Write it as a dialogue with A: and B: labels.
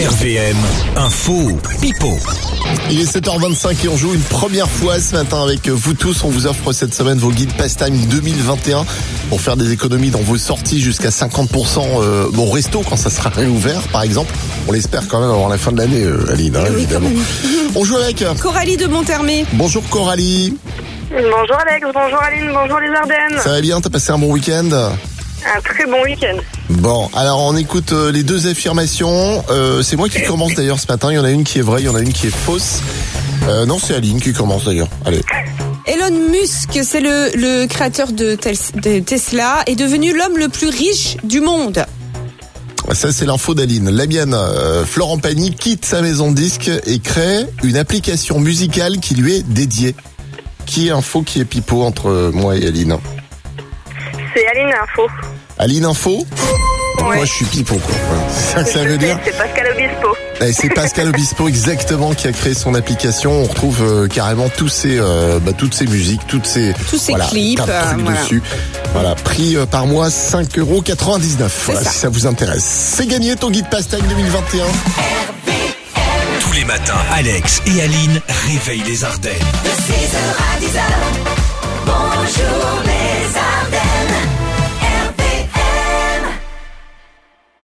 A: RVM, info, pipo.
B: Il est 7h25 et on joue une première fois ce matin avec vous tous. On vous offre cette semaine vos guides Pastime 2021 pour faire des économies dans vos sorties jusqu'à 50% euh, bon resto quand ça sera réouvert par exemple. On l'espère quand même avant la fin de l'année euh, Aline, hein, évidemment. On joue avec. euh,
C: Coralie de Montermé.
B: Bonjour Coralie,
D: Bonjour Alex, bonjour Aline, bonjour les Ardennes.
B: ça va bien T'as passé un bon week-end
D: Un très bon week-end.
B: Bon, alors on écoute euh, les deux affirmations. Euh, c'est moi qui commence d'ailleurs ce matin. Il y en a une qui est vraie, il y en a une qui est fausse. Euh, non, c'est Aline qui commence d'ailleurs. Allez.
C: Elon Musk, c'est le, le créateur de, Tel- de Tesla, est devenu l'homme le plus riche du monde.
B: Ça, c'est l'info d'Aline. La mienne, euh, Florent Pagny quitte sa maison de disque et crée une application musicale qui lui est dédiée. Qui est info, qui est pipeau entre euh, moi et Aline
D: C'est Aline Info.
B: Aline Info
D: Ouais.
B: Moi, je suis pipeau, quoi. Voilà. C'est ça que ça
D: Je
B: veut
D: sais,
B: dire
D: C'est Pascal Obispo.
B: Et c'est Pascal Obispo exactement qui a créé son application. On retrouve euh, carrément tous ces, euh, bah, toutes ces musiques, toutes ces
C: Tous ces
B: voilà,
C: clips,
B: plein de
C: euh,
B: trucs
C: voilà.
B: dessus. Voilà, prix euh, par mois 5,99 euros. Voilà,
C: ça.
B: si ça vous intéresse. C'est gagné ton guide Pastime 2021.
A: Tous les matins, Alex et Aline réveillent les Ardennes.
E: de 6h à